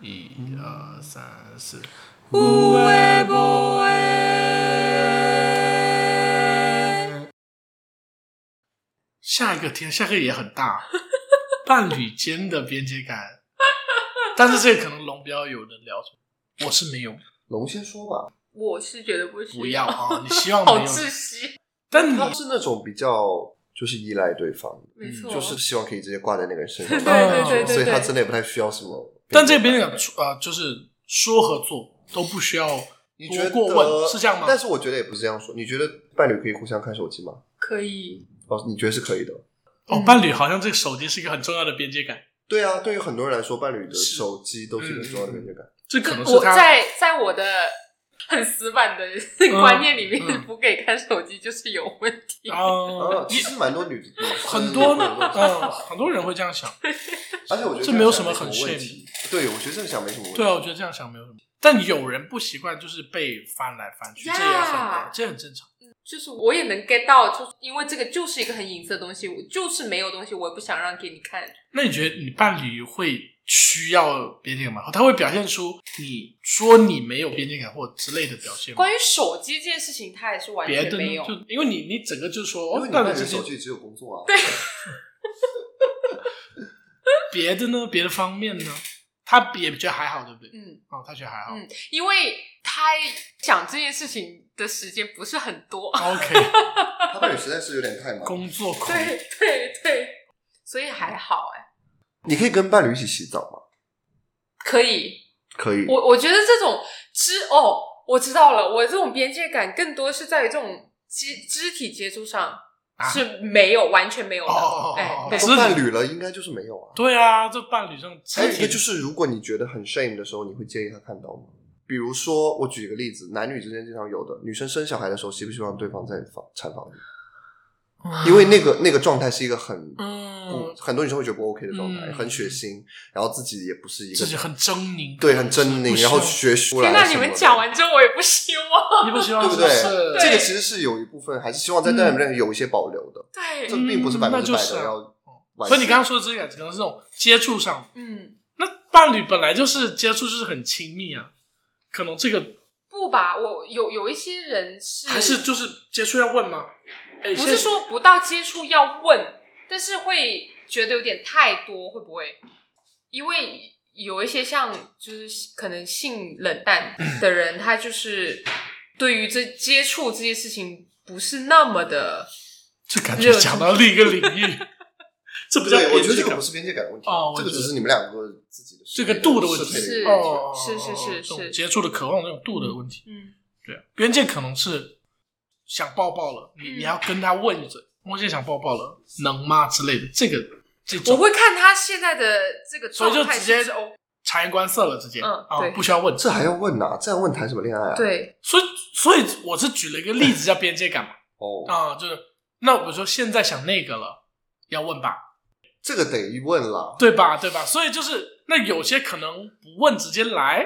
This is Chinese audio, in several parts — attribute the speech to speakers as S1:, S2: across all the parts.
S1: 一二三四，
S2: 有诶无诶，
S1: 下一个天，下一个也很 大，伴侣间的边界感。但是这个可能龙标有人聊，我是没有，
S3: 龙先说吧，
S2: 我是觉得不需
S1: 不要啊！ 你希望
S2: 好
S1: 没有，
S2: 窒息，
S1: 但你
S3: 他是那种比较就是依赖对方的，
S2: 没错，
S3: 就是希望可以直接挂在那个人身上
S2: 对
S3: 的
S1: 哦 对
S3: 那种，
S1: 对对
S2: 对
S3: 所以他
S2: 对
S3: 真的也不太需要什么。
S1: 但这边讲呃，就是说和做都不需要
S3: 你觉得
S1: 多过问，是这样吗？
S3: 但是我觉得也不是这样说。你觉得伴侣可以互相看手机吗？
S2: 可以，
S3: 哦，你觉得是可以的。
S1: 哦，
S3: 嗯
S1: 伴侣好像这个手机是一个很重要的边界感，
S3: 对啊，对于很多人来说，伴侣的
S1: 是
S3: 手机都是一个重要的边界感。
S1: 这可能是
S2: 我
S1: 他
S2: 在在我的很死板的观念里面，
S1: 嗯
S2: 不给看手机就是有问题。
S1: 啊
S3: 啊，，其实蛮多女女生
S1: 很多
S3: 会有这种想
S1: 嗯，
S3: 法
S1: 很多人会这样想。
S3: 而且我觉得
S1: 这
S3: 样
S1: 没有
S3: 想
S1: 什么很
S3: 问题。对，我觉得这样想没什么问题。
S1: 对啊，我觉得这样想没有什么。但有人不习惯，就是被翻来翻去，这也很
S2: Yeah
S1: 这很正常。
S2: 就是我也能 get 到，就是因为这个就是一个很隐私的东西，我就是没有东西，我也不想让给你看。
S1: 那你觉得你伴侣会需要边界感吗？哦他会表现出你说你没有边界感或之类的表现吗
S2: 关？于手机这件事情，他也是完
S1: 别
S2: 全
S1: 的
S2: 没有
S1: 呢，。就因为你你整个就是说，
S3: 因
S1: 哦
S3: 为，你
S1: 伴
S3: 伴
S1: 侣
S3: 侣
S1: 之
S3: 的
S1: 间
S3: 手机只有工作啊。
S2: 对
S1: 别的呢，别的方面呢，他也觉得还好，对不对？
S2: 嗯
S1: 哦，他觉得还好。
S2: 嗯，因为他讲这件事情的时间不是很多。
S1: OK，
S3: 他伴侣实在是有点太忙。
S1: 工作狂。
S2: 对对对，所以还好哎，
S3: 你可以跟伴侣一起洗澡吗？
S2: 可以。
S3: 可以。
S2: 我我觉得这种肢哦，我知道了，我这种边界感更多是在于这种肢肢体接触上、
S1: 啊
S2: 是没有，完全没有的。
S1: 哦
S2: 哎
S1: 哦哦
S2: 对
S1: 哦
S3: 都伴侣了，应该就是没有啊。
S1: 对啊，这伴侣上
S3: 还
S1: 肢
S3: 有一个
S1: 体
S3: 哎就是，如果你觉得很 shame 的时候，你会介意他看到吗？比如说，我举一个例子，男女之间经常有的，女生生小孩的时候，希不希望对方在房产房里？因为那个那个状态是一个很
S1: 啊嗯
S3: 不，很多女生会觉得不 OK 的状态，
S1: 嗯
S3: 很血腥，然后自己也不是一个
S1: 自己很狰狞，
S3: 对很狰
S1: 不
S3: 狞，
S1: 是
S3: 然后学出来
S2: 天
S3: 什么
S2: 呐，
S3: 的。
S2: 你们讲完之后，我也不希望。
S1: 你不希望
S3: 对不对
S1: 是？
S3: 这个其实是有一部分还是希望在
S1: 嗯
S3: 恋爱里面有一些保留的，
S2: 对
S3: 这
S1: 嗯
S3: 并不是百分之
S1: 那
S3: 百
S1: 就是
S3: 的
S1: 啊
S3: 要完全。
S1: 所以你刚刚说的这个可能是这种接触上，
S2: 嗯，
S1: 那伴侣本来就是接触就是很亲密啊，可能这个
S2: 不吧，我有有一些人是
S1: 还是就是接触要问吗？哎
S2: 不
S1: 现在
S2: 是说不到接触要问，但是会觉得有点太多，会不会？因为有一些像就是可能性冷淡的人，他就是对于这接触这件事情不是那么的，
S1: 这感觉讲到另一个领域，这不叫
S3: 对，我
S1: 边
S3: 觉得
S1: 界
S3: 这个
S1: 感
S3: 不，是边界感的问题，
S1: 哦我
S3: 这个
S1: 觉
S3: 只
S1: 得
S3: 是你们两个自己的
S1: 这个度的问题
S3: 适配
S2: 是
S3: 问题
S1: 哦，
S2: 是是
S1: 这
S2: 是
S1: 种
S2: 是
S1: 接触的渴望这种度的问题，
S2: 嗯，
S1: 对啊，边界可能是想抱抱了，你
S2: 嗯
S1: 你要跟他问一嘴，我现在想抱抱了，能吗之类的，这个这
S2: 我
S1: 种
S2: 会看他现在的这个
S1: 所以就
S2: 状态
S1: 直接
S2: 是不是哦 O，
S1: 察言观色了，直接
S2: 嗯
S1: 啊
S2: 对
S1: 不需要问，
S3: 这还要问呐？这样问谈什么恋爱啊？
S2: 对，
S1: 所以所以我是举了一个例子叫边界 感嘛。
S3: 哦，
S1: 啊、就是那我说现在想那个了，要问吧，
S3: 这个得问啦。
S1: 对吧，对吧？所以就是那有些可能不问直接来，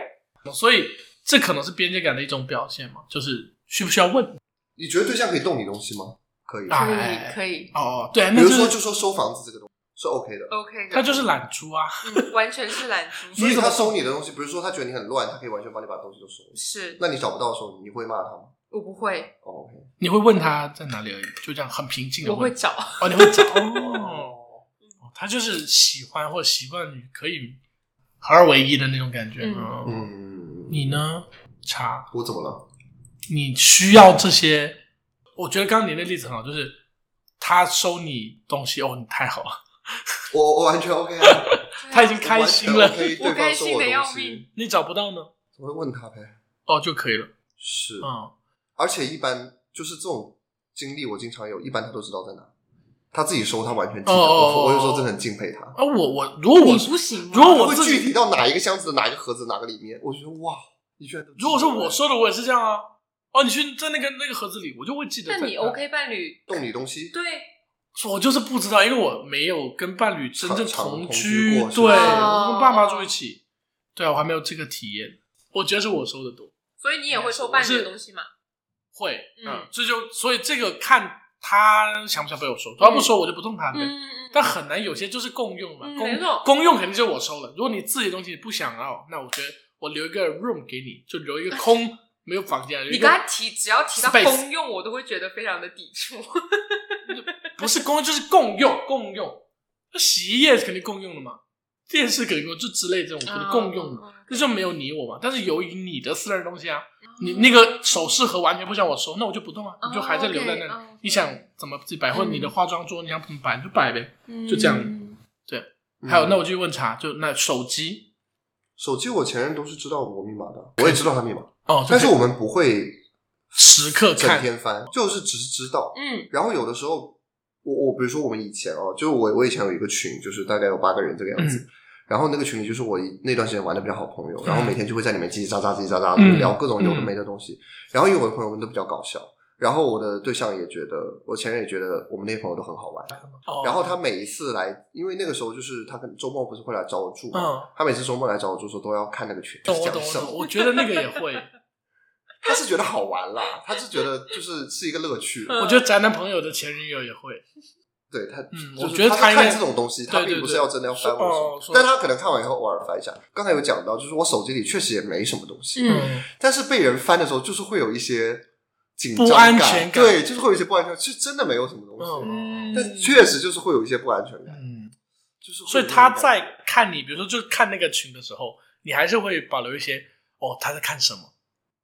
S1: 所以这可能是边界感的一种表现嘛，就是需不需要问？
S3: 你觉得对象可以动你东西吗？可以。
S1: 啊
S2: 可
S1: 哎
S2: 以可以
S1: 哦，对啊，
S3: 比
S1: 那
S3: 如
S1: 就
S3: 说，
S1: 是
S3: 就说收房子这个东西是 OK 的，
S2: ，OK，
S1: 他就是懒猪啊，
S2: 嗯完全是懒猪，
S3: 所以
S1: 你怎
S3: 他
S1: 么
S3: 收你的东西，比如说他觉得你很乱，他可以完全帮你把东西都收了。
S2: 是
S3: 那你找不到的时候，你会骂他吗？
S2: 我不会，
S3: 哦，OK。
S1: 你会问他在哪里而已，就这样很平静的
S2: 我会
S1: 问。
S2: 找，
S1: 哦，你会 找哦，他就是喜欢或习惯于可以合二为一的那种感觉。
S2: 嗯
S1: 嗯，
S3: 嗯，
S1: 你呢？查
S3: 我怎么了？
S1: 你需要这些。我觉得刚刚你那例子很好，就是他收你东西，哦，你太好了，
S3: 我我完全 OK 啊，
S1: 他已经开心了
S3: 我完全 OK，对
S2: 我开
S3: 方收
S2: 心
S3: 我
S2: 的要
S3: 东西
S2: 命，
S1: 你找不到呢，
S3: 我会问他呗。
S1: 哦就可以了。
S3: 是，
S1: 嗯，
S3: 而且一般就是这种经历，我经常有，一般他都知道在哪，他自己收，他完全记得。
S1: 哦哦哦
S3: 我我有时候真的很敬佩他。
S1: 啊，我我如果我
S2: 你不行吗
S1: 如果
S3: 他
S1: 我
S3: 会
S1: 自
S3: 具
S1: 己
S3: 体，到哪一个箱子、哪一个盒子、哪个里面，我觉得哇，你居然都记得哎
S1: 如果是我收的，我也是这样啊。哦，你去在那个那个盒子里，我就会记得
S2: 那
S1: 在。
S2: 你 OK 伴侣
S3: 动你东西，
S2: 对
S1: 我就是不知道，因为我没有跟伴侣真正
S3: 常常
S1: 同
S3: 同居过
S1: 对，
S3: 是不
S1: 我
S3: 是
S2: 哦
S1: 是跟爸妈住一起，对啊，我还没有这个体验。我觉得是我收的多。
S2: 所以你也会收伴侣的东西嘛？
S1: 会，
S2: 嗯
S1: 嗯，这就所以这个看他想不想被我收，他不收我就不动他的呗。
S2: 嗯嗯
S1: 但很难，有些就是共用嘛，
S2: 嗯没
S1: 公
S2: 错
S1: 公用肯定就我收了。如果你自己的东西你不想要，那我觉得我留一个 room 给你，就留一个空没有房间。留
S2: 你
S1: 一个
S2: 刚才提，只要提到
S1: space
S2: 公用，我都会觉得非常的抵触。
S1: 不是公用就是共用，共用。那洗衣液是肯定共用的嘛，电视肯定共用，就之类这种，我觉得共用的，
S2: 嗯，嗯
S1: 那就没有你我嘛。但是由于你的私人东
S2: 哦
S1: 西啊，你那个首饰盒完全不想我收，那我就不动啊，
S2: 哦
S1: 你就还在留在那里。
S2: OK，哦
S1: 你想怎么自己摆，或者你的化妆桌你想怎么摆你就摆呗。
S2: 嗯
S1: 就这样
S2: 嗯
S1: 还有，那
S3: 嗯
S1: 我继续问查，就那手机
S3: 手机我前任都是知道我密码的，我也知道他密码，
S1: 哦，就
S3: 但是
S1: 可以
S3: 我们不会
S1: 时刻
S3: 整
S1: 看，
S3: 天翻，就是只是知道。
S2: 嗯
S3: 然后有的时候，我我比如说我们以前哦，就是我我以前有一个群，就是大概有八个人这个样子。
S1: 嗯
S3: 然后那个群里就是我那段时间玩的比较好朋友，然后每天就会在里面叽叽喳喳、叽叽喳喳
S1: 嗯
S3: 地聊各种有的没的东西。然后因为我的朋友们都比较搞笑，然后我的对象也觉得，我前任也觉得我们那些朋友都很好玩。
S1: 哦
S3: 然后他每一次来，因为那个时候就是他可能周末不是会来找我住嘛，
S1: 嗯，
S3: 他每次周末来找我住的时候都要看那个群，就
S1: 懂
S3: 是
S1: 我
S3: 讲
S1: 懂我
S3: 什
S1: 懂，
S3: 么。
S1: 我觉得那个也会。
S3: 他是觉得好玩啦，他是觉得就是是一个 乐趣。
S1: 我觉得宅男朋友的前女友也会，
S3: 对他，
S1: 嗯
S3: 就是
S1: 我觉得
S3: 他
S1: 他
S3: 在
S1: 应
S3: 看
S1: 该
S3: 这种东西，他
S1: 对对
S3: 并不是
S1: 对
S3: 要真的要翻我什
S1: 哦
S3: 么
S1: 说，
S3: 但他可能看完以后偶尔翻一下。刚才有讲到，就是我手机里确实也没什么东西，
S2: 嗯，
S3: 但是被人翻的时候，就是会有一些紧
S1: 不
S3: 张
S1: 安全感
S3: 对，就是会有一些不安全感，是真的没有什么东西，
S1: 嗯
S2: 嗯
S3: 但确实就是会有一些不安全感，
S1: 嗯，
S3: 就是会
S1: 所
S3: 有
S1: 以
S3: 那种
S1: 他
S3: 感觉
S1: 在看你，比如说就是看那个群的时候，你还是会保留一些哦他在看什么，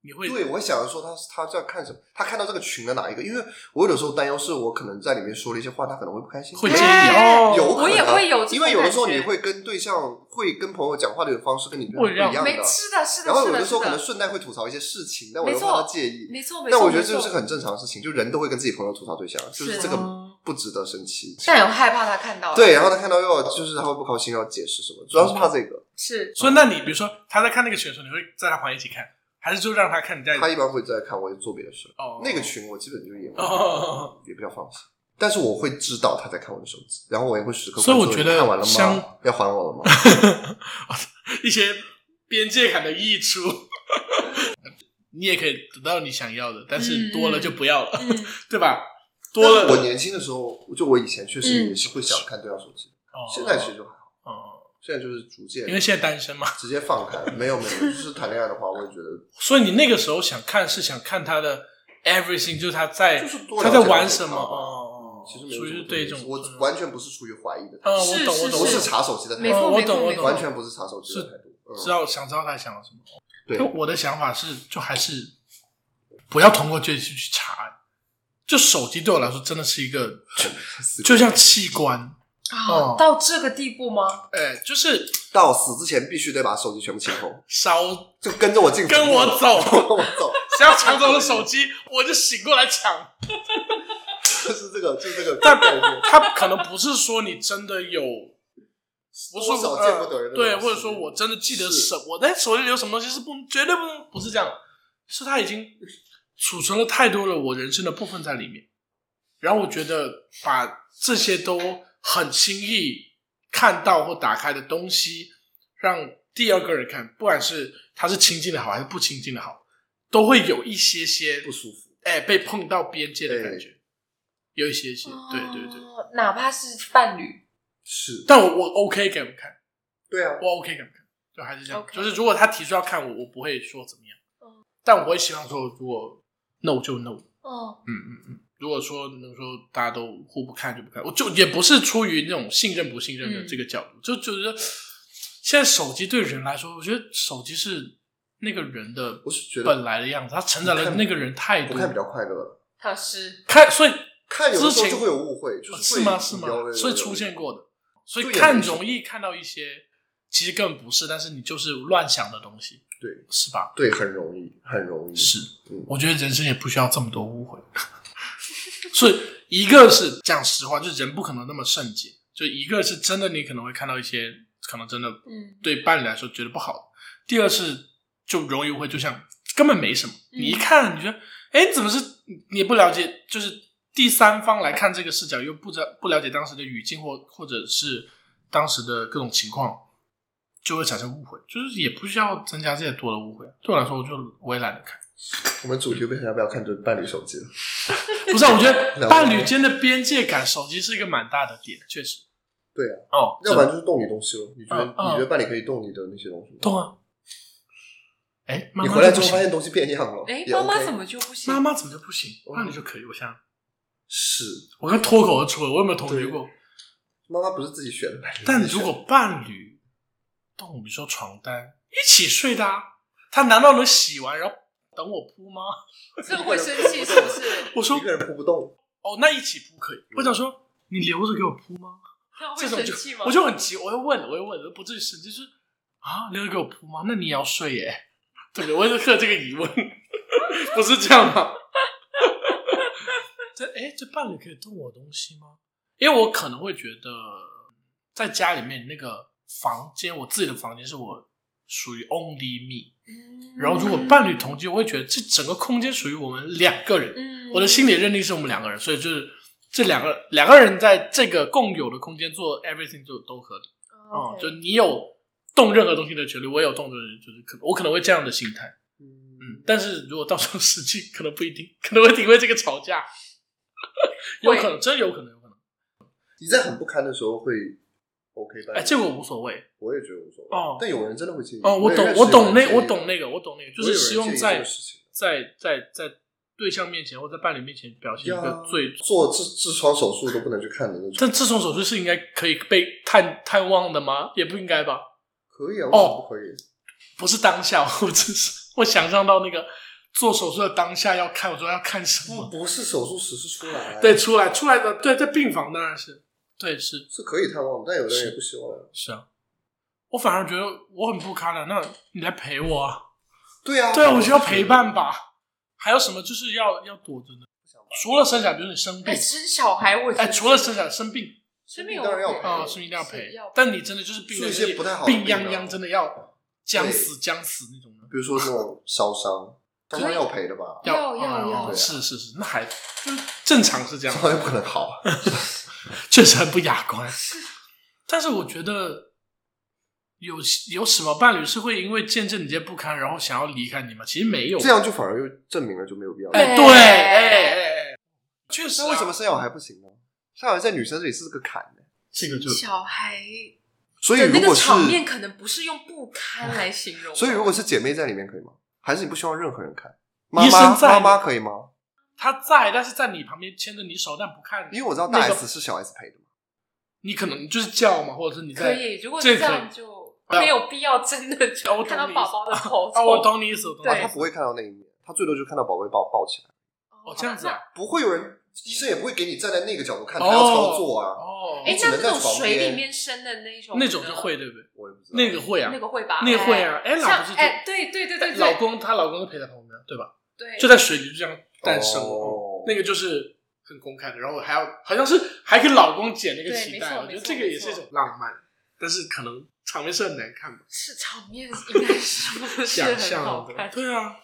S1: 你会
S3: 对，我想着说他他在看什么，他看到这个群的哪一个？因为我有的时候担忧是我可能在里面说了一些话，他可能会不开心，
S1: 会介
S2: 介
S1: 意
S2: 意哎
S1: 哦，
S3: 有可
S2: 我
S3: 能啊
S2: 也会有这种
S3: 因为有的时候
S2: 感
S3: 你
S2: 觉
S3: 会跟对象会跟朋友讲话的方式跟你对
S1: 不一
S3: 象
S1: 样
S3: 不一样
S2: 没
S3: 的，
S2: 是的，是的，
S3: 然后
S2: 是
S3: 有
S2: 的，
S3: 时候
S2: 是
S3: 可
S2: 的
S3: 能顺带会吐槽一些事情，但我
S2: 没
S3: 又
S2: 错
S3: 怕他介意。
S2: 没错，没错。
S3: 但我觉得
S2: 没
S3: 这
S2: 错
S3: 就是很正常的事情，就人都会跟自己朋友吐槽对象，就是
S2: 是啊
S3: 这个
S2: 哦
S3: 不值得生气。
S2: 但有害怕他看到，
S3: 对，，然后他看到又要就是他会不高兴，要解释什么，主要是怕这个。
S2: 是
S1: 所以那你比如说他在看那个群的时候，你会在他旁边一起看，还是就让他看你在
S3: 他一般会在看我做别的事。
S1: 哦
S3: 那个群我基本就也没
S1: 哦
S3: 也比较放心，但是我会知道他在看我的手机，然后我也会时刻关注。
S1: 所以我觉得
S3: 看完了吗
S1: 像？
S3: 要还我了吗？
S1: 一些边界感的溢出， 你也可以得到你想要的，但是多了就不要了，
S2: 嗯，
S1: 对吧？多了
S3: 我年轻的时候，就我以前确
S2: 嗯
S3: 实也是会想看对方手机，
S1: 哦
S3: 现在其实就还好，
S1: 哦，
S3: 现在就是逐渐
S1: 因为现在单身嘛，
S3: 直接放开，没有没有，就是谈恋爱的话，我也觉得
S1: 所以你那个时候想看是想看他的 everything，就是他在
S3: 就是多了
S1: 哎他
S3: 解
S1: 在
S3: 他
S1: 玩
S3: 的
S1: 什么
S3: 想法
S1: 哦，
S3: 其实没有
S1: 属
S3: 什
S1: 于
S3: 么
S1: 对这
S3: 东
S1: 种
S3: 西我完全不是出于怀疑的态
S1: 嗯，
S3: 度，
S1: 我懂我懂，
S3: 我
S1: 我
S3: 是
S1: 懂
S3: 查手机的态
S2: 没
S1: 哦
S2: 错，
S1: 我
S2: 没
S1: 懂
S2: 错，
S1: 我
S2: 没
S1: 懂
S2: 错，
S3: 度，完全不是查手机的态度，嗯
S1: 知道想知道他想要什么。
S3: 对
S1: 就我的想法是，就还是不要通过这些去查。就手机对我来说真的是一个，就就像器官，哦
S2: 啊，到这个地步吗？
S1: 哎，就是
S3: 到死之前必须得把手机全部清空，
S1: 少
S3: 就跟着我进，
S1: 跟我走
S3: 跟我走，
S1: 谁要抢走我的手机，我就醒过来抢。
S3: 就是这个，就是这个
S1: 但
S3: 概念。
S1: 他可能不是说你真的有，不是
S3: 多
S1: 说
S3: 少
S1: 呃
S3: 见不得人的
S1: 对，
S3: 东西
S1: 或者说我真的记得
S3: 是
S1: 什，我在手机里有什么东西是不绝对不能不是这样，是他已经储存了太多了我人生的部分在里面，然后我觉得把这些都很轻易看到或打开的东西，让第二个人看，不管是他是亲近的好还是不亲近的好，都会有一些些
S3: 不舒服，
S1: 哎，被碰到边界的感觉，有一些些，对对对。
S2: 哦，哪怕是伴侣，
S3: 是，
S1: 但我我 OK 给他们看，
S3: 对啊，
S1: 我 OK 给他们看，就还是这样。
S2: OK 嗯
S1: 就是如果他提出要看我，我不会说怎么样，但我会希望说，如果 no 就 no，
S2: 哦，
S1: 嗯嗯嗯。如果说能说大家都互不看就不看，我就也不是出于那种信任不信任的
S2: 嗯
S1: 这个角度，就就是现在手机对人来说，我觉得手机是那个人的
S3: 我是觉得
S1: 本来的样子，他承载了那个人太
S3: 我
S1: 多，
S3: 看比较快乐，
S2: 他是
S1: 看所以
S3: 看有的时
S1: 之
S3: 候
S1: 前
S3: 就会有误会，就
S1: 哦是
S3: 会
S1: 吗？是
S3: 有有有
S1: 吗？
S3: 有
S1: 所以出现过的，所以
S3: 对啊
S1: 看
S3: 有的时候
S1: 容易看到一些，其实根本不是，但是你就是乱想的东西，
S3: 对
S1: 是吧？
S3: 对，很容易，很容易，
S1: 是，哦
S3: 嗯
S1: 我觉得人生也不需要这么多误会。 所以一个是讲实话，就是人不可能那么圣洁，就一个是真的，你可能会看到一些可能真的
S2: 嗯
S1: 对伴侣来说觉得不好的第二是就容易误会，就像根本没什么，
S2: 嗯
S1: 你一看你觉得，哎，怎么是你也不了解，就是第三方来看这个视角又不知道不了解当时的语境或或者是当时的各种情况，啊就会产生误会，就是也不需要增加这些多的误会。对我来说，我就我也懒得看，
S3: 我们主题变成要不要看这伴侣手机了？
S1: 不是啊，我觉 得
S3: 聊
S1: 伴侣间的边界感，手机是一个蛮大的点，确实。
S3: 对啊，
S1: 哦，
S3: 要不然就是动你东西了。你觉得、
S1: 嗯嗯
S3: 你觉得伴侣可以动你的那些东西吗？
S1: 懂啊。哎，妈
S3: 你
S1: 妈
S3: 回来
S1: 就不
S3: 之后
S1: 行
S3: 发现东西变样了，
S2: 哎，
S3: 也
S2: 妈
S3: OK
S2: 妈怎么就不行？
S1: 妈妈怎么就不行？
S3: 嗯
S1: 伴侣就可以，我想想，
S3: 是
S1: 我刚脱口而出了，我有没有同意
S3: 嗯对
S1: 过？
S3: 妈妈不是自己选的伴侣？
S1: 但
S3: 自己
S1: 如
S3: 选的
S1: 果伴侣动，比如说床单一起睡的、啊，他难道能洗完然后等我铺吗？
S2: 这会生 气是不是？
S1: 我说
S3: 一个人扑不动，
S1: 哦，那一起铺可以。我想说你留着给我铺吗？
S2: 他会
S1: 这种
S2: 生
S1: 就
S2: 气吗？
S1: 我就很急，我会问，我会问，我不至于生气，就是啊，留着给我铺吗？那你也要睡耶？对不对？我就克这个疑问， 不是这样吗？这哎，这伴侣可以动我东西吗？因为我可能会觉得，在家里面那个房间，我自己的房间是我属于 only me。
S2: 嗯
S1: 然后如果伴侣同居，我会觉得这整个空间属于我们两个人。
S2: 嗯
S1: 我的心理认定是我们两个人，所以就是这两个两个人在这个共有的空间做 everything 就都合理哦、
S2: OK
S1: 就你有动任何东西的权利，我也有动任何就是可我可能会这样的心态，嗯，但是如果到时候实际可能不一定，可能会因为这个吵架， 有
S2: 会
S1: 可能真有可能有可能，
S3: 你在很不堪的时候会 OK 伴侣。
S1: 哎，这个我无所谓
S3: 我也觉得无所谓。
S1: 哦
S3: 但有人真的会介意。
S1: 哦，我
S3: 也
S1: 懂
S3: 认识
S1: 我懂
S3: 有人
S1: 那
S3: 介意
S1: 我懂那个我懂那个，就
S3: 我
S1: 是
S3: 有人
S1: 希望
S3: 介意这
S1: 在
S3: 个事情
S1: 在在在对象面前或在伴侣面前表现一
S3: 呀
S1: 个最
S3: 做痔痔疮手术都不能去看的那种。
S1: 但自从手术是应该可以被探探望的吗？也不应该吧。
S3: 可以啊，为什
S1: 哦
S3: 么不可以？
S1: 不是当下，我只是我想象到那个做手术的当下要看，我说要看什
S3: 不
S1: 么？
S3: 不是手术室是出来，
S1: 嗯对，出来出来的，对，在病房当然是，对，是
S3: 是可以探望的，但有的人也不希望呀。
S1: 是啊。我反而觉得我很不堪了，啊那你来陪我啊？
S3: 对啊，
S1: 对啊，我需要陪伴。吧。还有什么就是要要躲着呢？除了生小孩，比如你生病
S2: 哎，，生小孩我
S1: 哎，除了生小孩生病
S2: 生命有
S3: 当然要陪
S1: 啊，
S3: 哦
S1: 生病一定要陪
S2: 是要。
S1: 但你真的就是病
S3: 是
S1: 了
S3: 一些不太好的
S1: 病
S3: 病
S1: 殃殃，
S3: 啊
S1: 真的要将
S3: 对
S1: 死将死那种的。
S3: 比如说这种烧伤，烧伤要赔的吧？
S2: 要
S1: 要
S2: 要要
S1: 哦是是是，那还就是正常是这样
S3: 烧，伤又不可能好。
S1: 确实很不雅观。 但是我觉得有有什么伴侣是会因为见证你这些不堪，然后想要离开你吗？其实没有，
S3: 这样就反而又证明了就没有必要。
S1: 哎
S2: 哎
S1: 对哎哎哎，确实、啊。
S3: 那为什么生小孩不行呢？生小孩在女生这里是个坎呢。
S1: 这个就
S2: 小孩
S3: 所以
S2: 的
S3: 如
S2: 那
S3: 果
S2: 个
S3: 是，
S2: 场面可能不是用不堪来形容的，
S3: 所以如果是姐妹在里面可以吗？还是你不希望任何人看？妈
S1: 医生
S3: 妈
S1: 在
S3: 妈妈可以吗？
S1: 他在，但是在你旁边牵着你手，但不看你，
S3: 因为我知道大
S1: 那个
S3: S 是小 S 陪的嘛。
S1: 你可能就是叫嘛，或者是你
S2: 可
S1: 在。
S2: 以，如果
S1: 这
S2: 是
S1: 可
S2: 这
S1: 以
S2: 样就没有必要真的
S1: 哦我
S2: 就
S1: 懂
S2: 看到
S1: 你意思
S2: 宝宝的头
S1: 哦，我
S2: 痛。
S1: 懂你意思，我懂你
S2: 对
S1: 意
S3: 啊他
S1: 思。
S3: 不会看到那一面，他最多就看到宝贝抱抱起来，
S1: 哦，这样子啊。
S3: 不会有人，医生也不会给你站在那个角度看，
S1: 哦
S3: 他要操作啊。
S1: 哦，
S2: 哎，
S3: 只
S2: 像
S3: 能
S2: 那种
S3: 在床
S2: 水
S3: 边
S2: 里面生的那种，
S1: 那种就会，对不对？
S3: 我也不知道
S1: 那个会啊，
S2: 那个会吧？
S1: 那个会啊哎老
S2: 像
S1: 不是就
S2: 哎，对对对对对，
S1: 老公她老公是陪在旁边，啊对吧？
S2: 对，
S1: 就在水里就这样诞生了、
S3: 哦
S1: 那个就是很公开的，然后还要好像是还给老公剪那个
S2: 对
S1: 脐
S2: 没
S1: 带，
S2: 错
S1: 我觉
S2: 没
S1: 得
S2: 错
S1: 这个也是一种浪漫，但是可能场面是很难看吧，
S2: 是场面应该是不是
S1: 想
S2: 很好
S1: 象的
S2: 看，？
S1: 对啊，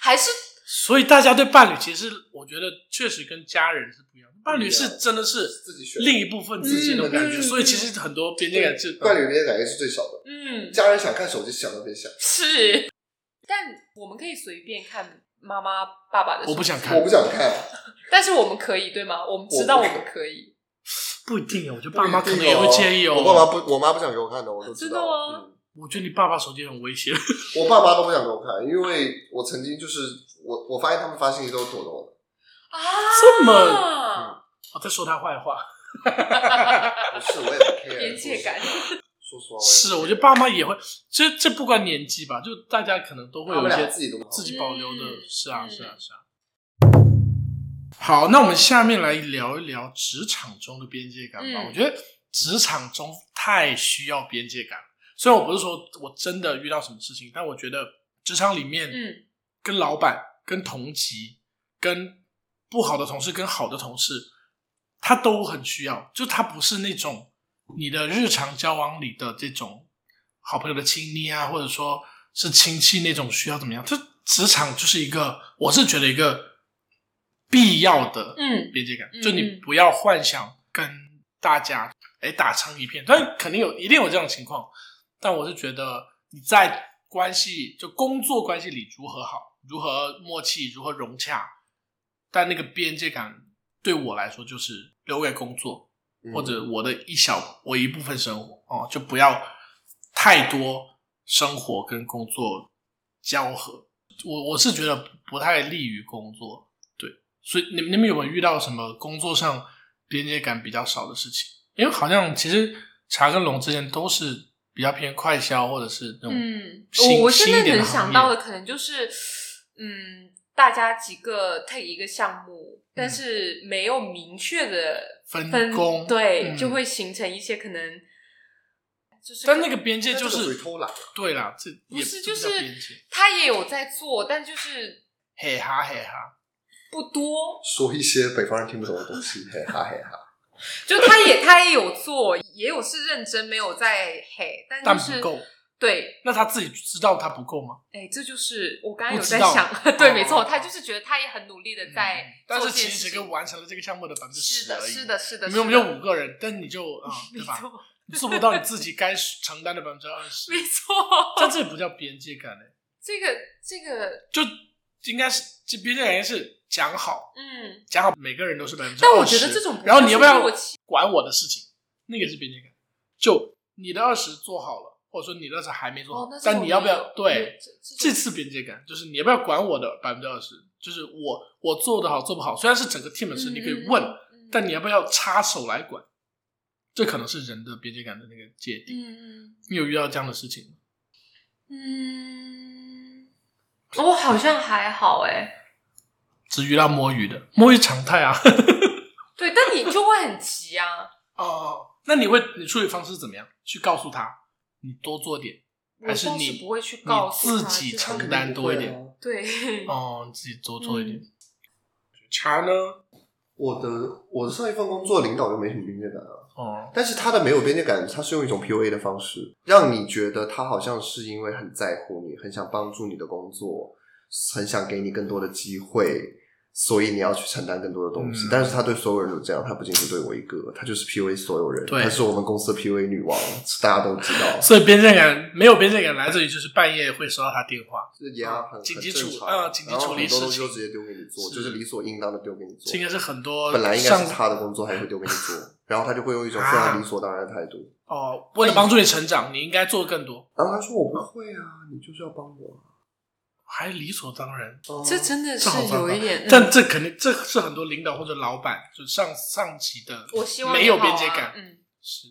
S2: 还是
S1: 所以大家对伴侣其实我觉得确实跟家人是不一样的，伴侣是真的是
S3: 自己选
S1: 另一部分自己那种感觉，
S2: 嗯嗯
S1: 所以其实很多边界感是
S3: 伴侣那些感觉是最少的，
S2: 嗯
S3: 家人想看手机想都别想，
S2: 是，但我们可以随便看妈妈爸爸的，
S1: 我不想看
S3: 我不想看，
S2: 但是我们可以对吗？我们知道
S3: 我
S2: 我
S3: 不可
S2: 们可以，
S1: 不一定啊，我觉得爸妈可能也
S3: 不
S1: 会
S3: 一定哦
S1: 介意哦。
S3: 我爸妈不，我妈不想给我看的，我都
S2: 真
S3: 知道。
S2: 的吗
S3: 嗯
S1: 我觉得你爸爸手机很危险，
S3: 我爸妈都不想给我看，因为我曾经就是我，我发现他们发信息都是躲着我的，
S2: 啊，
S1: 这么我在说他坏话。
S3: 不是 我也不 care，
S2: 边界感，
S3: 说实话，
S1: 是，我觉
S3: 就
S1: 得爸妈也会，这这不管年纪吧，就大家可能都会
S3: 他
S1: 有
S3: 们
S1: 一
S3: 俩
S1: 些
S3: 自己都
S1: 自己保留的
S2: 嗯，
S1: 是啊，
S2: 嗯
S1: 是啊，是啊。好，那我们下面来聊一聊职场中的边界感吧。
S2: 嗯
S1: 我觉得职场中太需要边界感了，虽然我不是说我真的遇到什么事情，但我觉得职场里面，
S2: 嗯，
S1: 跟老板、跟同级、跟不好的同事、跟好的同事，他都很需要。就他不是那种你的日常交往里的这种好朋友的亲昵啊，或者说是亲戚那种需要怎么样？这职场就是一个，我是觉得一个必要的
S2: 嗯
S1: 边界感，
S2: 嗯
S1: 就你
S2: 嗯
S1: 不要幻想跟大家哎打成一片，但肯定有一定有这种情况，但我是觉得你在关系就工作关系里如何好，如何默契，如何融洽，但那个边界感对我来说就是留给工作，
S3: 嗯
S1: 或者我的一小我一部分生活哦，就不要太多生活跟工作交合。我我是觉得不太利于工作，对，所以你们你们有没有遇到什么工作上边界感比较少的事情？因为好像其实茶跟龙之前都是比较偏快消或者是那种
S2: 嗯，
S1: 新
S2: 我我现
S1: 新一
S2: 在
S1: 点的
S2: 能
S1: 行
S2: 想
S1: 业
S2: 到的可能就是，嗯，大家几个 take 一个项目，但是没有明确的
S1: 嗯分
S2: 分
S1: 工
S2: 对，
S1: 嗯
S2: 就会形成一些可能就是，
S1: 但那个边界就
S3: 那这个
S1: 是
S3: 属于偷懒啊
S1: 对啦，这也
S2: 不是
S1: 这
S2: 就
S1: 叫边
S2: 是
S1: 界
S2: 他也有在做，但就是
S1: 嘿哈嘿哈，
S2: 不多，
S3: 说一些北方人听不懂的东 西，嘿哈嘿哈。
S2: 就他也他也有做，也有是认真没有在嘿，但
S1: 但
S2: 就是
S1: 不够。
S2: 对，
S1: 那他自己知道他不够吗？
S2: 哎，这就是我刚刚有
S1: 不知
S2: 在
S1: 道
S2: 想， 对，
S1: 哦
S2: 没错，他就是觉得他也很努力的在
S1: 嗯但
S2: 做
S1: 是
S2: 这
S1: 其
S2: 件
S1: 实
S2: 事
S1: 只
S2: 情。
S1: 跟完成了这个项目的百分之
S2: 是
S1: 十
S2: 的，
S1: 而已。
S2: 是的，是的，
S1: 你们有没
S2: 是
S1: 有
S2: 的
S1: 五个人？但你就啊，
S2: 没
S1: 对吧？
S2: 错，
S1: 你做不到你自己该承担的百分之二十，
S2: 没错。
S1: 但这也不叫边界感嘞、
S2: 这个，这个，
S1: 就应该是这边界感应该是讲好，
S2: 嗯，
S1: 讲好每个人都是百分之。
S2: 但我觉得这种不
S1: 然后你
S2: 是
S1: 要不要
S2: 默契
S1: 管我的事情？那个是边界感，就你的二十做好了，或者说你的二十还没做好，
S2: 哦，那这种
S1: 但你要不要
S2: 有
S1: 对？，这
S2: 这
S1: 次边界感就是你要不要管我的百分之二十，就是我我做的好做不好，虽然是整个 team 的
S2: 嗯
S1: 事，你可以问，，但你要
S2: 要，
S1: 不要插手来管？这可能是人的边界感的那个界定。
S2: 嗯
S1: 你有遇到这样的事情吗？
S2: 嗯嗯，我好像还好哎，
S1: 只遇到摸鱼的，摸鱼常态啊。
S2: 对，但你就会很急啊。
S1: 哦，那你会你处理方式怎么样？去告诉他，你多做点，
S2: 我
S1: 还是
S2: 倒
S1: 你
S2: 不会去告诉
S1: 你
S2: 他
S1: 自己
S2: 就是
S1: 承担多一点？
S2: 对，
S1: 哦，你自己多做一点。茶呢？
S3: 我的我的上一份工作领导就没什么边界感啊，
S1: 哦，
S3: 但是他的没有边界感，他是用一种 PUA 的方式，让你觉得他好像是因为很在乎你，很想帮助你的工作，很想给你更多的机会，所以你要去承担更多的东西。
S1: 嗯
S3: 但是他对所有人都这样，他不仅是对我一个，他就是 PUA 所有人，
S1: 对
S3: 他是我们公司的 PUA 女王，大家都知道。
S1: 所以边界感没有边界感来自于就是半夜会收到他电话，
S3: 这也很很
S1: 紧急
S3: 正
S1: 处
S3: 常
S1: 嗯紧急
S3: 然后
S1: 处理
S3: 很多东西
S1: 事
S3: 都
S1: 情嗯
S3: 直接丢给你做，
S1: 是
S3: 就是理所应当的丢给你做
S1: 这。应该是很多
S3: 本来应该
S1: 上
S3: 是他的工作，还会丢给你做， 然后他就会用一种非
S1: 啊
S3: 常理所当然的态度。
S1: 哦，为了帮助你成长，你应该做更多，
S3: 然后他说：“我不会啊，你就是要帮我啊。
S1: 还理所当然。
S3: 哦
S2: 这真的
S1: 这好
S2: 是
S1: 办
S2: 有
S1: 法
S2: 一
S3: 嗯
S2: 点，嗯
S1: 但这肯定，这是很多领导或者老板，就上上级的，
S2: 我希望
S1: 没
S2: 你
S1: 有
S2: 好
S1: 边界
S2: 啊
S1: 感。
S2: 嗯，
S1: 是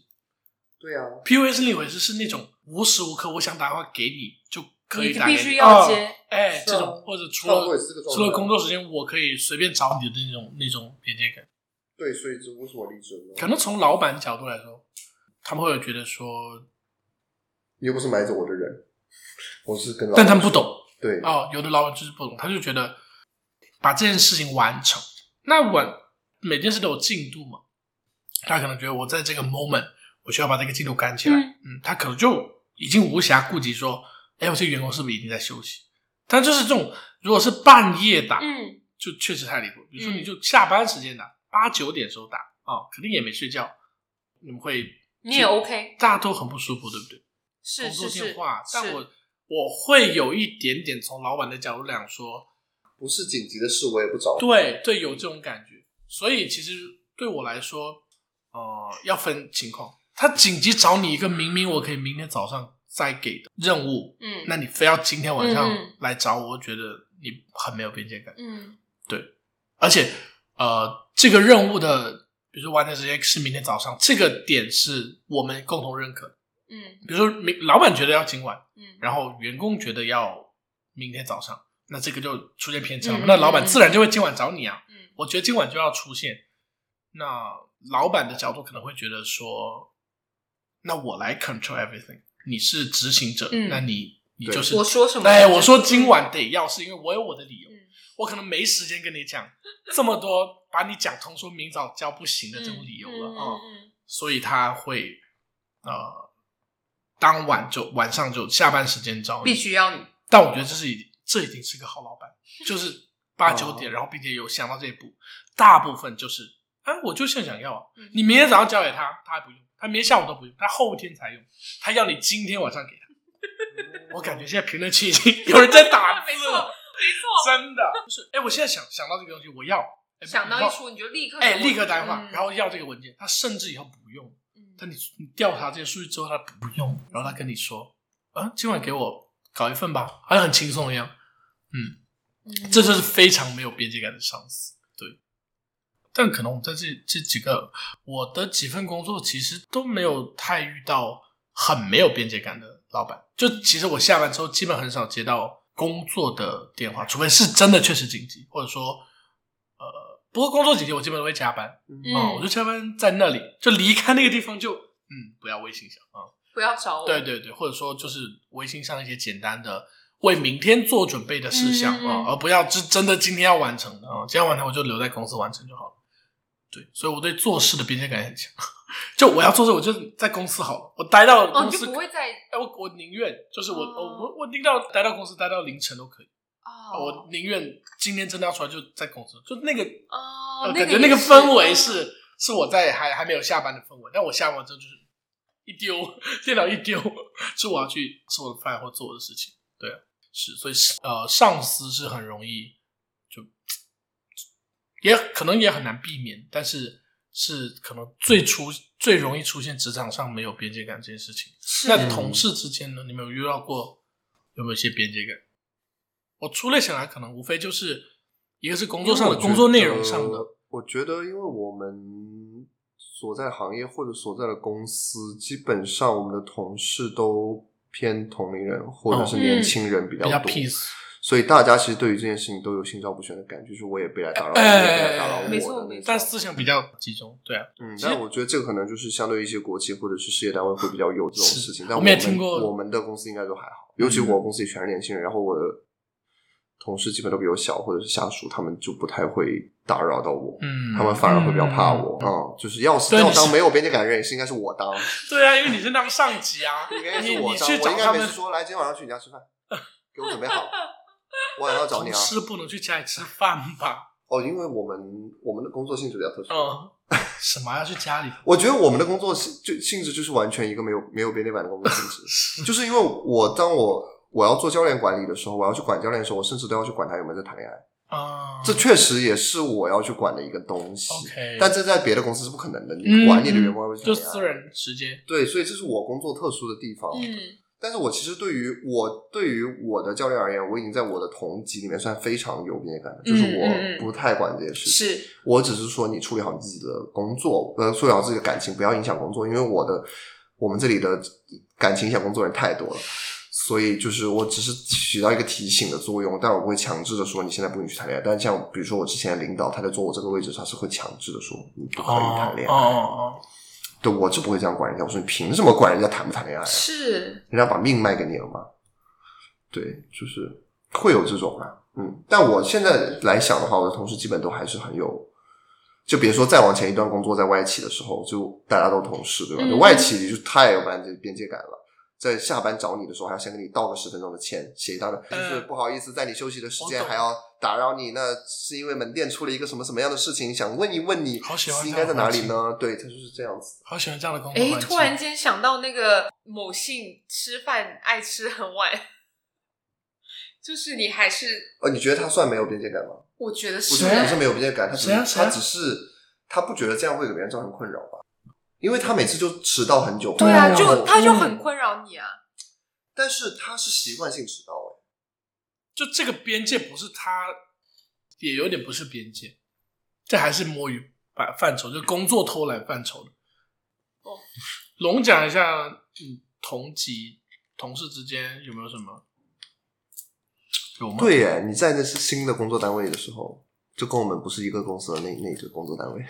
S3: 对啊，
S1: PUA 是另一回事，是那种无时无刻我想打电话给你就可以
S2: 你
S1: 打给
S2: 必须要
S1: 哦
S2: 接，
S1: 哎、
S3: 是啊
S1: 这种或者除
S3: 差不多
S1: 了
S3: 也是这个状态。
S1: 除了工作时间，我可以随便找你的那种那种边界感。
S3: 对，所以这为什么离职了呢？
S1: 可能从老板角度来说，他们会有觉得说，
S3: 你又不是买走我的人，我是跟老板
S1: 但他们不懂，
S3: 对，
S1: 哦，有的老板就是不懂，他就觉得把这件事情完成，那完每件事都有进度嘛，他可能觉得我在这个 moment 我需要把这个进度赶起来，
S2: 嗯
S1: 嗯，他可能就已经无暇顾及说，哎，我这个员工是不是已经在休息？但就是这种，如果是半夜打，
S2: 嗯，
S1: 就确实太离谱。比如说，
S2: 嗯
S1: 你就下班时间打，八九点时候打啊、哦，肯定也没睡觉，你们会
S2: 你也 OK，
S1: 大家都很不舒服，对不对？
S2: 是
S1: 工作
S2: 是
S1: 电
S2: 是
S1: 话，，但
S2: 是
S1: 我我会有一点点从老板的角度来讲说，
S3: 不是紧急的事我也不找。
S1: 对对，
S2: 嗯
S1: 有这种感觉。所以其实对我来说，呃，要分情况。他紧急找你一个明明我可以明天早上再给的任务，
S2: 嗯，
S1: 那你非要今天晚上
S2: 嗯嗯
S1: 来找我，我觉得你很没有边界感。
S2: 嗯
S1: 而且呃，这个任务的，比如说完成时间是明天早上，这个点是我们共同认可的。
S2: 嗯
S1: 比如说明老板觉得要今晚。
S2: 嗯，
S1: 然后员工觉得要明天早上，那这个就出现偏差了，
S2: 嗯
S1: 那老板自然就会今晚找你啊。
S2: 嗯
S1: 我觉得今晚就要出现。那老板的角度可能会觉得说，那我来 control everything，你是执行者，
S2: 嗯
S1: 那你你
S3: 对
S1: 就是
S2: 我说什么？
S1: 哎，我说今晚得要，是因为我有我的理由，
S2: 嗯，
S1: 我可能没时间跟你讲这么多，把你讲通说明早交不行的这种理由了
S2: 嗯
S1: 啊。
S2: 嗯嗯
S1: 所以他会呃，当晚就晚上就下班时间找
S2: 嗯
S1: 你，
S2: 必须要你，
S1: 但我觉得这是已这已经是个好老板， 就是八
S3: 哦
S1: 九点，然后并且有想到这一步，大部分就是，哎，我就是想要啊，
S2: 嗯
S1: 你明天早上交给他，他还不用，他明天下午都不用，他后天才用，他要你 今天晚上给他。我感觉现在评论区已经有人在打
S2: 没
S1: 字
S2: 错哦
S1: 了，
S2: 没错，
S1: 真的。就是，哎，我现在想想到这个东西，我要哎
S2: 想
S1: 然
S2: 到一
S1: 后
S2: 出你就立刻
S1: 哎，立刻打电话，
S2: 嗯
S1: 然后要这个文件。他甚至以后不用，
S2: 嗯
S1: 但你你调查这些数据之后，他不用，然后他跟你说，啊，今晚给我搞一份吧，好像很轻松一样。
S2: 嗯
S1: 这就是非常没有边界感的上司，对。但可能我在这这几个我的几份工作，其实都没有太遇到很没有边界感的老板。就其实我下班之后，基本很少接到工作的电话，除非是真的确实紧急，或者说，呃，不过工作紧急，我基本都会加班。
S2: 嗯
S1: 啊，我就加班在那里，就离开那个地方就，嗯，不要微信想啊，
S2: 不要找我，
S1: 对对对，或者说就是微信上一些简单的为明天做准备的事项啊、
S2: 嗯嗯嗯
S1: 而不要真真的今天要完成的啊、今天完成我就留在公司完成就好了。对，所以我对做事的边界感也很强。 就我要做事，我就在公司好了，我待到
S2: 哦，
S1: 公
S2: 你
S1: 司，
S2: 就不会再
S1: 哎，我我宁愿就是我、我
S2: 哦
S1: 我我宁到待到公司待到凌晨都可以，
S2: 哦
S1: 我宁愿今天真的要出来就在公司，就那个
S2: 哦
S1: 呃，
S2: 那
S1: 感觉
S2: 也
S1: 那个
S2: 是嗯
S1: 氛围是是我在还还没有下班的氛围，但我下班之后就是一丢电脑一丢，是我要去吃我的饭或做我的事情。对啊，是所以是呃，上司是很容易就也可能也很难避免，但是是可能最出最容易出现职场上没有边界感这件事情。
S2: 是
S1: 那同事之间呢，你们有遇到过有没有一些边界感？我粗略想来，可能无非就是一个是工作上的工作内容上的，。
S3: 我觉得，因为我们所在行业或者所在的公司，基本上我们的同事都偏同龄人或者是年轻人比较
S1: 哦嗯比较
S3: 多，
S1: peace。
S3: 所以大家其实对于这件事情都有心照不宣的感觉，就是我也被来打扰，
S1: 哎
S3: 你也被来打扰我的
S2: 没
S3: 那
S2: 错
S3: 种。
S2: 没错
S1: 但思想比较集中，对啊，
S3: 嗯，
S1: 其实
S3: 但我觉得这个可能就是相对于一些国企或者是事业单位会比较有这种
S1: 是
S3: 事情，但
S1: 我
S3: 我
S1: 们也
S3: 们
S1: 听过嗯
S3: 我们的公司应该都还好，尤其我公司也全是年轻人，然后我的同事基本都比我小或者是下属，他们就不太会打扰到我，
S1: 嗯
S3: 他们反而会比较怕我。
S1: 嗯
S3: 嗯，就是要是
S1: 对
S3: 要
S1: 你是
S3: 当没有边界感的人，也是应该是我当，
S1: 对啊，因为你是当上级啊，
S3: 应该
S1: 你
S3: 是我
S1: 你
S3: 当，
S1: 去
S3: 我
S1: 找
S3: 应
S1: 他
S3: 该没
S1: 们
S3: 事，说来今天晚上去你家吃饭，给我准备好，我晚上要找你
S1: 同
S3: 啊。
S1: 事不能去家里吃饭 吧？
S3: 哦，因为我们我们的工作性质比较特殊，
S1: 嗯，什么要去家里？
S3: 我觉得我们的工作性就性质就是完全一个没有没有边界感的工作性质，就是因为我当我我要做教练管理的时候，我要去管教练的时候，我甚至都要去管他有没有在谈恋爱，
S1: 啊，
S3: 这确实也是我要去管的一个东西。
S1: OK，
S3: 但这在别的公司是不可能的，
S1: 嗯
S3: 你管你的员工要不要去
S1: 就
S3: 谈恋爱
S1: 私人时间，
S3: 对，所以这是我工作特殊的地
S1: 哦
S3: 方。
S2: 嗯
S3: 但是我其实对于我对于我的教练而言，我已经在我的同级里面算非常有边界感的，就是
S2: 嗯嗯嗯
S3: 我不太管这些事情。
S2: 是
S3: 我只是说你处理好你自己的工作，呃，处理好自己的感情，不要影响工作，因为我的我们这里的感情影响工作人太多了，所以就是我只是起到一个提醒的作用，但我不会强制的说你现在不允许谈恋爱。但像比如说我之前的领导他在做我这个位置，他是会强制的说你不可以谈恋爱，
S1: 哦哦哦，
S3: 对我就不会这样管人家，我说你凭什么管人家谈不谈恋
S1: 哎
S3: 爱啊？
S2: 是，
S3: 人家把命卖给你了嘛。对，就是会有这种啊，嗯。但我现在来想的话，我的同事基本都还是很有，就别说再往前一段工作在外企的时候，就大家都同事对吧？
S2: 嗯
S3: 就外企就太有边界边界感了。在下班找你的时候，还要先给你道个十分钟的歉，写一大段，就
S1: 嗯
S3: 是不好意思，在你休息的时
S1: 我
S3: 间
S1: 懂
S3: 还要打扰你，那是因为门店出了一个什么什么样的事情，想问一问你，
S1: 好喜欢
S3: 是应该
S1: 这
S3: 在
S1: 样
S3: 哪
S1: 的
S3: 里
S1: 环
S3: 呢？对，他就是这样子。
S1: 好喜欢这样的工作
S2: 哎，
S1: 环境
S2: 突然间想到那个某信吃饭爱吃很晚，就是你还是
S3: 呃，你觉得他算没有边界感吗？
S2: 我觉得
S3: 我
S2: 是
S3: 觉
S1: 谁
S3: 得
S1: 啊
S3: 不是没有边界感，他只是、
S1: 谁啊谁啊
S3: 他只是他不觉得这样会给别人造成困扰吧？因为他每次就迟到很久嘛，
S2: 对啊，
S3: 然
S2: 就
S3: 后
S2: 他就很困扰你啊，
S3: 但是他是习惯性迟到哎，
S1: 就这个边界不是他，也有点不是边界，这还是摸鱼范范畴，就工作偷懒范畴的。
S2: 哦，
S1: 龙讲一下，嗯，同级同事之间有没有什么？有吗？，
S3: 对哎，你在那是新的工作单位的时候，就跟我们不是一个公司的那那个工作单位，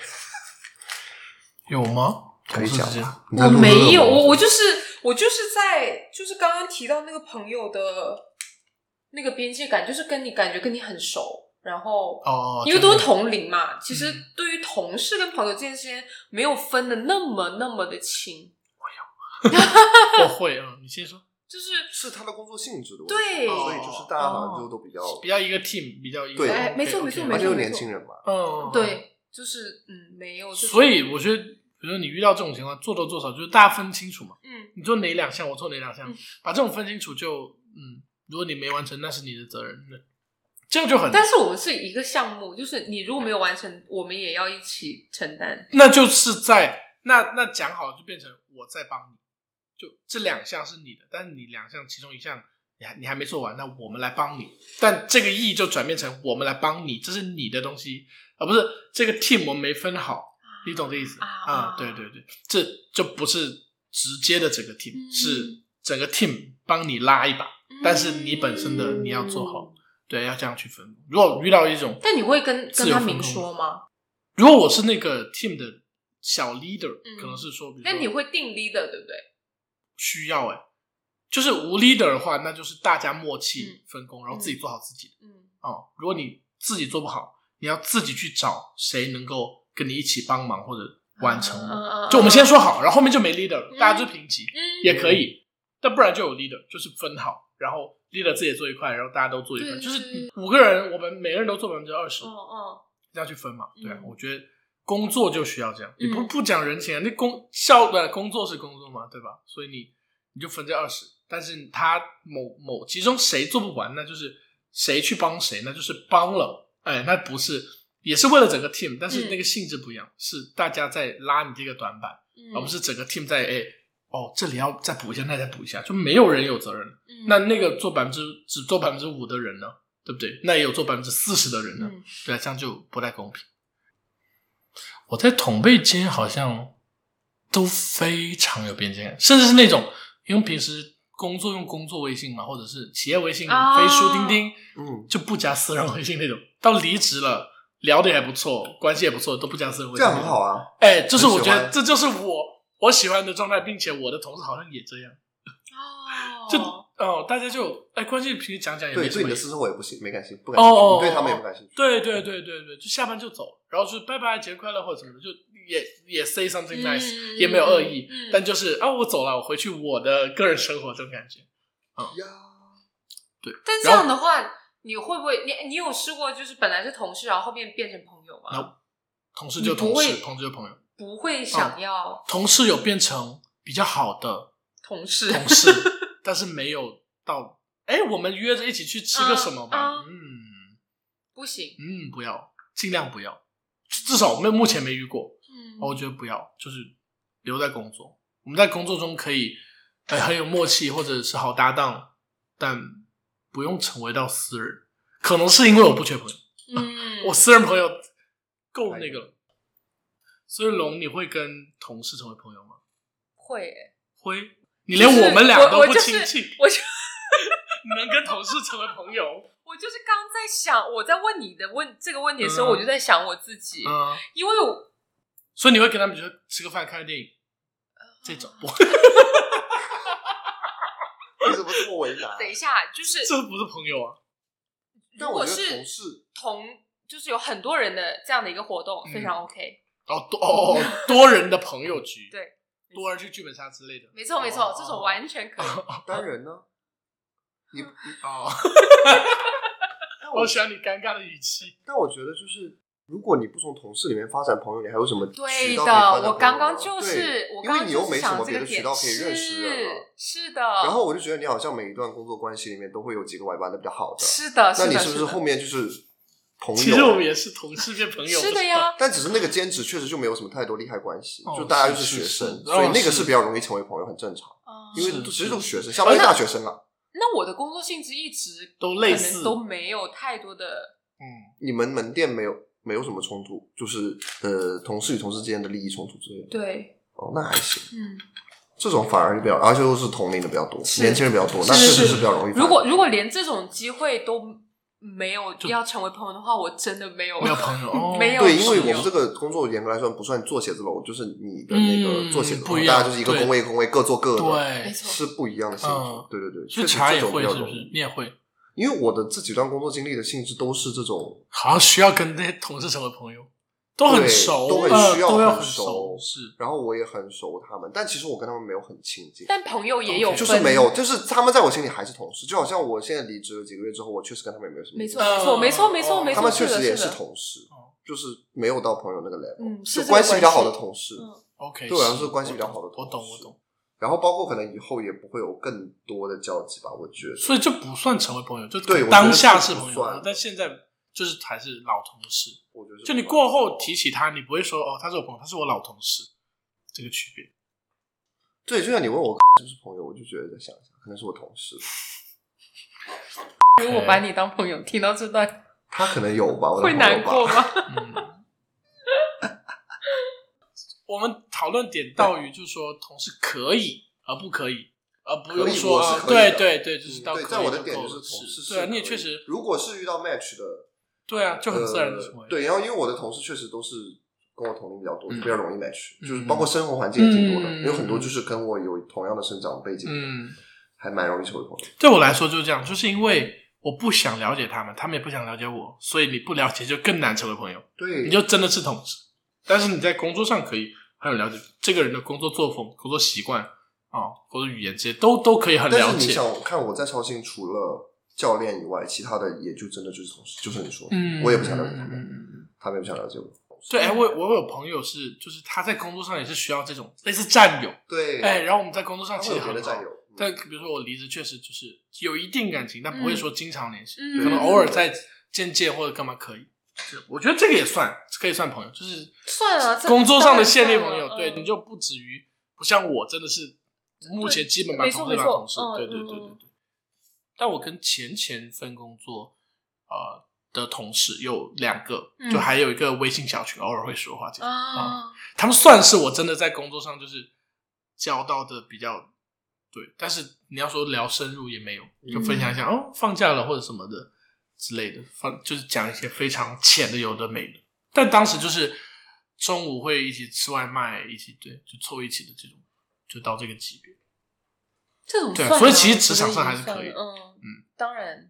S1: 有吗？
S3: 可
S1: 同
S3: 以
S1: 事
S3: 讲
S1: 之间，
S3: 吧？你在
S2: 我
S3: 录这个
S2: 没有，
S3: 吗
S2: 我我就是我就是在就是刚刚提到那个朋友的那个边界感，就是跟你感觉跟你很熟，然后
S1: 哦，
S2: 因为都是
S1: 就是
S2: 同龄嘛，其实
S1: 嗯
S2: 对于同事跟朋友这件事情没有分的那么那么的清，
S1: 我会啊，嗯你先说，
S2: 就是
S3: 是他的工作性质的问题，
S2: 对，
S1: 哦
S3: 所以就是大家好像就都比较，
S1: 比较一个 team，比较一个
S3: 对
S2: 哎没错
S1: OK，OK
S2: 没
S3: 而且
S2: 错没错
S3: 又年轻人嘛，
S1: 嗯，嗯，嗯
S2: 对，就是嗯，没有，就是
S1: 所以我觉得，比如说你遇到这种情况，做多做少，就是大家分清楚嘛。
S2: 嗯，
S1: 你做哪两项，我做哪两项，
S2: 嗯
S1: 把这种分清楚就，嗯，如果你没完成，那是你的责任，那这样就很，
S2: 但是我们是一个项目，就是你如果没有完成，我们也要一起承担。
S1: 那就是在那那讲好就变成我在帮你，就这两项是你的，但是你两项其中一项你还你还没做完，那我们来帮你，但这个意义就转变成我们来帮你，这是你的东西，而不是这个 team 我们没分好，你懂这意思
S2: 啊
S1: 啊、对对对，这就不是直接的整个 team，、
S2: 嗯
S1: 是整个 team 帮你拉一把，但是你本身的你要做好
S2: 嗯。
S1: 对，要这样去分。如果遇到一种
S2: 但你会跟
S1: 自由
S2: 跟他
S1: 分
S2: 明
S1: 工
S2: 说吗？
S1: 如果我是那个 team 的小 leader，、
S2: 嗯
S1: 可能是说，比如说
S2: 但你会定 leader 对不对？
S1: 需要哎、就是无 leader 的话，那就是大家默契
S2: 嗯
S1: 分工，然后自己做好自己
S2: 嗯
S1: 哦。如果你自己做不好，你要自己去找谁能够跟你一起帮忙或者完成。
S2: 嗯嗯嗯
S1: 就我们先说好，然后后面就没 leader，了
S2: 嗯
S1: 大家就平级、
S2: 嗯
S1: 也可以。但不然就有 leader，就是分好，然后 leader 自己也做一块，然后大家都做一块，
S2: 对
S1: 就是五个人，我们每个人都做百分之二十
S2: 哦，哦，
S1: 这样去分嘛。对啊，
S2: 嗯
S1: 我觉得工作就需要这样，你不
S2: 嗯
S1: 不讲人情啊，那工效的工作是工作嘛，对吧？所以你你就分这二十，但是他某某其中谁做不完，那就是谁去帮谁，那就是帮了，哎，那不是也是为了整个 team，但是
S2: 嗯
S1: 那个性质不一样，是大家在拉你这个短板，
S2: 嗯
S1: 而不啊是整个 team 在哎。哦，这里要再补一下，那再补一下，就没有人有责任。
S2: 嗯
S1: 那那个做百分之只做百分之五的人呢，对不对？那也有做百分之四十的人呢，
S2: 嗯
S1: 对啊，这样就不太公平。我在同辈间好像都非常有边界感，甚至是那种因为平时工作用工作微信嘛，或者是企业微信、
S2: 啊
S1: 飞书、钉钉，
S3: 嗯，
S1: 就不加私人微信那种。到离职了，聊的也不错，关系也不错，都不加私人微
S3: 这
S1: 信，
S3: 样很好。啊。
S1: 哎，就是我觉
S3: 很喜
S1: 得
S3: 欢
S1: 这就是我我喜欢的状态，并且我的同事好像也这样。
S2: 哦，
S1: 就哦，大家就哎，关键平时讲讲也没
S3: 对，
S1: 什
S3: 对
S1: 么
S3: 你
S1: 意
S3: 的
S1: 思
S3: 私生活也不行，没感兴趣，不感兴
S1: 哦哦哦
S3: 趣，你对他们也不感兴趣。
S1: 对对对对对，就下班就走，然后就拜拜，节日快乐或者什么的，就也也 say something nice，、
S2: 嗯
S1: 也没有恶意，
S2: 嗯
S1: 但就是啊，我走了，我回去我的个人生活这种感觉。
S3: 呀，
S2: 但这
S1: 然后
S2: 样的话，你会不会你你有试过就是本来是同事，然后后面变成朋友吗？
S1: 那同事就
S2: 你不
S1: 同
S2: 会
S1: 事，同事就朋友，
S2: 不会想要
S1: 同事有变成比较好 的
S2: 同事
S1: 同事，但是没有到哎，我们约着一起去吃个什么吧？
S2: 嗯
S1: 嗯
S2: 不行，
S1: 嗯，不要，尽量不要，至少我们目前没遇过。哦
S2: 嗯
S1: 我觉得不要，就是留在工作。我们在工作中可以，呃，很有默契，或者是好搭档，但不用成为到私人。可能是因为我不缺朋友，
S2: 嗯，
S1: 我私人朋友够那个了。所以龙，你会跟同事成为朋友吗？
S2: 会耶，
S1: 会，你连我们俩
S2: 就是
S1: 都
S2: 我
S1: 不亲近，
S2: 我就是我就
S1: 你能跟同事成为朋 友？
S2: 我就是刚在想，我在问你的问这个问题的时候，
S1: 嗯
S2: 我就在想我自己，
S1: 嗯，
S2: 因为我
S1: 所以你会跟他们就吃个饭、看个电影
S2: 呃
S1: 这 种，我
S3: 为什么这么为难？
S2: 等一下 就是
S1: 这不是朋友啊。
S2: 如
S3: 但
S2: 果
S3: 我觉得
S2: 是
S3: 同事，
S2: 同就是有很多人的这样的一个活动，
S1: 嗯
S2: 非常 OK，
S1: 哦，多哦哦哦多人的朋友局，
S2: 对，
S1: 多人去剧本杀之类的。
S2: 没错没
S3: 哦
S2: 错，这种完全可以。
S3: 当然呢，你
S1: 哦，
S3: 但我
S1: 我喜欢你尴尬的语气。
S3: 但我觉得就是，如果你不不从同事里面发展朋友，你还有什么
S2: 对
S3: 渠道可以发展
S2: 的，
S3: 朋友
S2: 我刚刚
S3: 呢
S2: 就是
S3: 对，
S2: 我
S3: 因
S2: 刚
S3: 为
S2: 刚
S3: 你
S2: 就
S3: 又
S2: 是
S3: 没什
S2: 想
S3: 么
S2: 这个
S3: 别的渠
S2: 点
S3: 道可以认识人了。啊
S2: 是是的。
S3: 然后我就觉得你好像每一段工作关系里面都会有几个玩玩的比较好的，
S2: 是的，
S3: 那
S2: 的
S3: 你是不
S2: 的
S3: 后面就是朋友？
S1: 其实我们也是同事变朋友，
S2: 是的呀，
S3: 但只是那个兼职确实就没有什么太多利害关系，
S1: 哦
S3: 就大家就是学
S1: 是
S3: 生，
S1: 是
S3: 所以那
S1: 哦
S3: 个
S1: 是
S3: 是比较容易成为朋友，很正常。
S2: 哦
S3: 啊因
S1: 是
S3: 为其实都是学生，
S1: 是
S3: 相当于
S1: 而且
S3: 大学生啊了。
S2: 那我的工作性质一直
S1: 都
S2: 可
S1: 类似
S2: 能都没有太多的，
S1: 嗯，
S3: 你们门店没有没有什么冲突，就是呃同事与同事之间的利益冲突之类的。
S2: 对，
S3: 哦，那还行，
S2: 嗯。
S3: 这种反而就比较，而且都是同龄的比较多，
S2: 是
S3: 年轻人比较多，
S2: 是
S3: 那确
S2: 是
S3: 实
S2: 是
S3: 是比较容易发展。
S2: 如果如果连这种机会都没有要成为朋友的话，我真的没有
S1: 没有朋友，哦
S2: 没有
S3: 对，因为
S2: 朋友
S3: 我们这个工作严格来说不算做写字楼，就是你的那
S1: 嗯
S3: 个做写字
S1: 不
S3: 楼，
S1: 一样
S3: 大家就是一个
S1: 对
S3: 工位一个工位各做各的，
S2: 没
S1: 对，
S2: 错，
S3: 是不一样的性质。
S1: 嗯
S3: 对对对，
S1: 是
S3: 确实
S1: 茶
S3: 这
S1: 也
S3: 种比
S1: 会
S3: 较
S1: 是不
S3: 容
S1: 是
S3: 易？。
S1: 你也会，
S3: 因为我的这几段工作经历的性质都是这种，
S1: 好像需要跟那些同事成为朋友，都很
S3: 对
S1: 熟，
S3: 都很
S1: 呃
S3: 需要
S1: 都要
S3: 很
S1: 很
S3: 熟
S1: 是
S3: 然后我也很熟他们，但其实我跟他们没有很亲近。
S2: 但朋友也有分，
S3: 就是没有，就是他们在我心里还是同事，就好像我现在离职了几个月之后，我确实跟他们也没有什么
S2: 没
S3: 联
S2: 错，
S3: 系，
S2: 没错，没错，没错，
S1: 哦
S2: 没错，
S3: 他们
S2: 是
S3: 确
S2: 的
S3: 实也
S2: 是
S3: 是
S2: 的
S3: 同事
S1: 哦，
S3: 就是没有到朋友那个 level，
S2: 嗯，
S3: 就
S2: 这
S3: 是
S2: 个
S3: 关系比较好的
S2: 关系
S3: 同事，
S2: 嗯
S1: ，OK，
S3: 对我来啊
S1: 是
S3: 说关系比较好的
S1: 我懂，
S3: 同
S1: 我
S3: 事
S1: 懂。
S3: 然后包括可能以后也不会有更多的交集吧，我觉得。
S1: 所以这不算成为朋友，就
S3: 对我觉得
S1: 当下是
S3: 这不
S1: 朋友
S3: 算，
S1: 但现在就是还是老同事。
S3: 我觉得是
S1: 就你过后提起他，你不会说哦，他是我朋友，他是我老同事，这个区别。
S3: 对，就像你问我是不是朋友，我就觉得在想一想，可能是我同事，
S2: 如果把你当朋友，听到这段
S3: 他可能有吧，我的
S2: 会
S3: 朋友
S2: 难过
S3: 吧。
S2: 吗？
S1: 嗯，我们讨论点到于就是说，同事可以而不可以，而不用
S3: 可以
S1: 说
S3: 我
S1: 啊，
S3: 是可以
S1: 对对
S3: 的
S1: 对，就是
S3: 嗯
S1: 到可以
S3: 对，在我的
S1: 就
S3: 点
S1: 够
S3: 就
S1: 了
S3: 是同事是
S1: 对啊，你
S3: 可
S1: 也确
S3: 以
S1: 实，
S3: 如果是遇到 match 的，
S1: 对啊，就很自然的成
S3: 呃
S1: 为。
S3: 对，然后因为我的同事确实都是跟我同龄比较多，
S1: 嗯
S3: 比较容易 match，、
S1: 嗯
S3: 就是包括生活环境也挺多的，
S1: 嗯
S3: 有很多就是跟我有同样的生长背景，
S1: 嗯，
S3: 还蛮容易成为朋友。
S1: 对我来说就是这样，就是因为我不想了解他们，他们也不想了解我，所以你不了解就更难成为朋友，
S3: 对，
S1: 你就真的是同事。但是你在工作上可以很了解这个人的工作作风、工作习惯啊、哦工作语言这些都都可以很了
S3: 但是你
S1: 解。
S3: 想看我在超信除了教练以外，其他的也就真的就是同事，就是你说，
S1: 嗯，
S3: 我也不想了解他
S1: 嗯嗯
S3: 们，
S1: 嗯嗯
S3: 他们也不想了解我。
S1: 对，哎，我我有朋友是，就是他在工作上也是需要这种类似战友，
S3: 对，
S1: 哎，然后我们在工作
S3: 他
S1: 上其
S3: 会
S1: 实
S3: 有别的
S1: 很好
S3: 战友，，嗯
S1: 但比如说我离职，确实就是有一定感情，但不会说经常联系，
S2: 嗯
S1: 可能偶尔再见见或者干嘛可以。是我觉得这个也算可以算朋友，就是
S2: 算了这
S1: 工作上的线内
S2: 当
S1: 朋
S2: 然
S1: 友，
S2: 算了
S1: 对，
S2: 嗯
S1: 你就不止于不像我真的是目前基本把
S2: 没错
S1: 同事
S2: 没
S1: 当
S2: 错
S1: 同事
S2: 嗯，
S1: 对对
S2: 嗯
S1: 对对
S2: 嗯
S1: 对。但我跟前前份工作呃的同事有两个，
S2: 嗯
S1: 就还有一个微信小群，偶尔会说话这样。
S2: 啊，
S1: 他们算是我真的在工作上就是交到的比较对，但是你要说聊深入也没有，就分享一下、哦，放假了或者什么的之类的，放就是讲一些非常浅的有的没的。但当时就是中午会一起吃外卖，一起对就凑一起的这种，就到这个级别。
S2: 这种
S1: 对
S2: 算
S1: 所以
S2: 吗
S1: 其实
S2: 我
S1: 职
S2: 觉
S1: 场
S2: 得
S1: 上
S2: 也
S1: 还是
S2: 算
S1: 可以
S2: 了嗯
S1: 嗯
S2: 当然，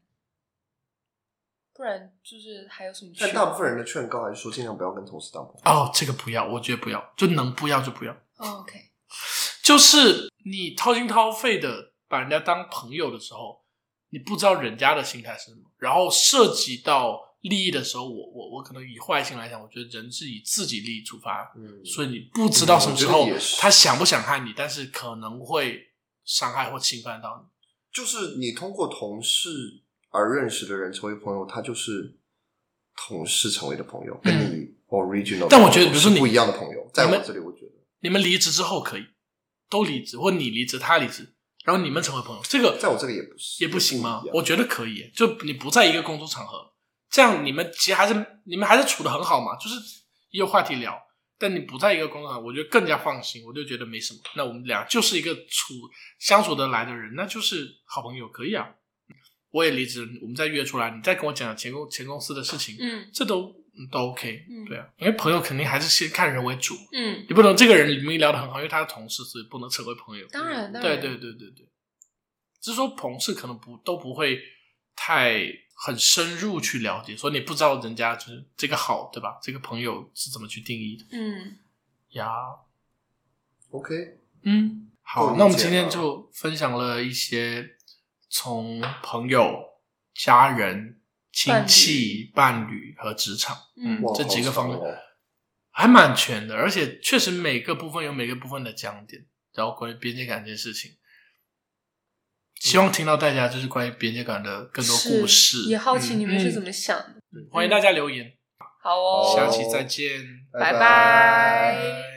S2: 不然就是还有什么区别？
S3: 但大部分人的劝告还是说尽量不要跟同事当朋友。
S1: 哦，这个不要，我觉得不要，就能不要就不要。
S2: 哦 OK，
S1: 就是你掏心掏肺的把人家当朋友的时候，你不知道人家的心态是什么，然后涉及到利益的时候，我我我可能以坏心来讲，我觉得人是以自己利益出发，
S3: 嗯，
S1: 所以你不知道什么时候
S3: 嗯我觉得也是
S1: 他想不想害你，但是可能会伤害或侵犯到你。
S3: 就是你通过同事而认识的人成为朋友，他就是同事成为的朋友，跟你 original 的朋友
S1: 嗯但我觉得比如说你
S3: 是不一样的朋友，在
S1: 你
S3: 我
S1: 们
S3: 这里，我觉得
S1: 你们离职之后可以都离职，或你离职他离职，然后你们成为朋友，这个
S3: 在我这里也不是，
S1: 也不行吗
S3: 一样？
S1: 我觉得可以，就你不在一个工作场合，这样你们其实还是你们还是处的很好嘛，就是也有话题聊。但你不在一个工作场合，我觉得更加放心，我就觉得没什么。那我们俩就是一个处相处得来的人，那就是好朋友，可以啊。我也离职，我们再约出来，你再跟我讲讲前公前公司的事情，
S2: 嗯
S1: 这都嗯都 OK，
S2: 嗯
S1: 对啊，因为朋友肯定还是先看人为主，
S2: 嗯，
S1: 你不能这个人明明聊得很好，因为他是同事，所以不能成为朋友。
S2: 当然当
S1: 对
S2: 然，
S1: 对对对对，只是说同事可能不都不会太很深入去了解，所以你不知道人家就是这个好，对吧？这个朋友是怎么去定义的
S2: 嗯，
S1: 呀？
S3: OK，
S1: 嗯，好
S3: 够，
S1: 那我
S3: 理
S1: 们
S3: 解
S1: 今天
S3: 了
S1: 就分享了一些从朋友、家人、亲
S2: 伴
S1: 戚、伴侣和职场，
S2: 嗯
S3: 哇
S1: 这几个
S3: 好
S1: 方
S3: 长
S1: 面
S3: 哦
S1: 还蛮全的，而且确实每个部分有每个部分的讲点，然后关于边界感这件事情，希望听到大家就是关于边界感的更多故事，
S2: 也好奇
S1: 嗯
S2: 你们是怎
S1: 嗯
S2: 么想的。
S1: 欢迎大家留言，
S2: 好哦，
S1: 下期再见，
S2: 拜
S3: 拜
S2: 拜。